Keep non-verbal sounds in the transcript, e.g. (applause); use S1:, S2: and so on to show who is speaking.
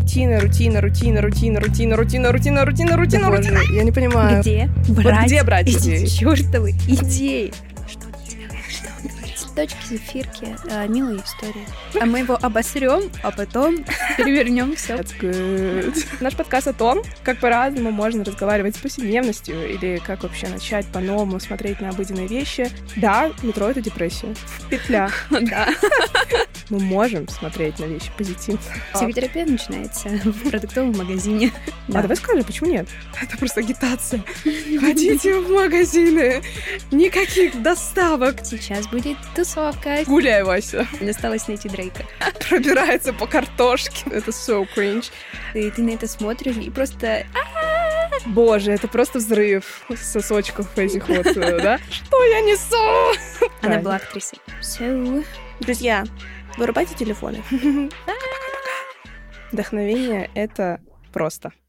S1: рутина, рутина, рутина, рутина, рутина, рутина, рутина, рутина, рутина,
S2: Боже,
S1: рутина.
S2: Я не понимаю.
S3: Где
S1: Э, Вот
S3: брать
S1: где брать идеи?
S3: эти чертовы идеи? Точки, зефирки, э, милые истории. А мы его обосрем,
S1: (laughs)
S3: а потом перевернем все.
S1: That's good. Наш подкаст о том, как по-разному можно разговаривать с повседневностью или как вообще начать по-новому смотреть на обыденные вещи. Да, метро — это депрессия. Петля. (laughs)
S3: Да.
S1: Мы можем смотреть на вещи позитивно.
S3: Психотерапия начинается в продуктовом магазине.
S1: А давай скажем, почему нет? Это просто агитация. Ходите в магазины. Никаких доставок.
S3: Сейчас будет тусовка.
S1: Гуляй, Вася.
S3: Мне Осталось найти Дрейка.
S1: Пробирается по картошке. Это so cringe.
S3: И ты на это смотришь и просто...
S1: Боже, это просто взрыв сосочков этих вот, э, да? Что я несу?
S3: Она была актрисой. So,
S1: Друзья, (laughs) вырубайте телефоны. Пока-пока-пока. Вдохновение — это просто.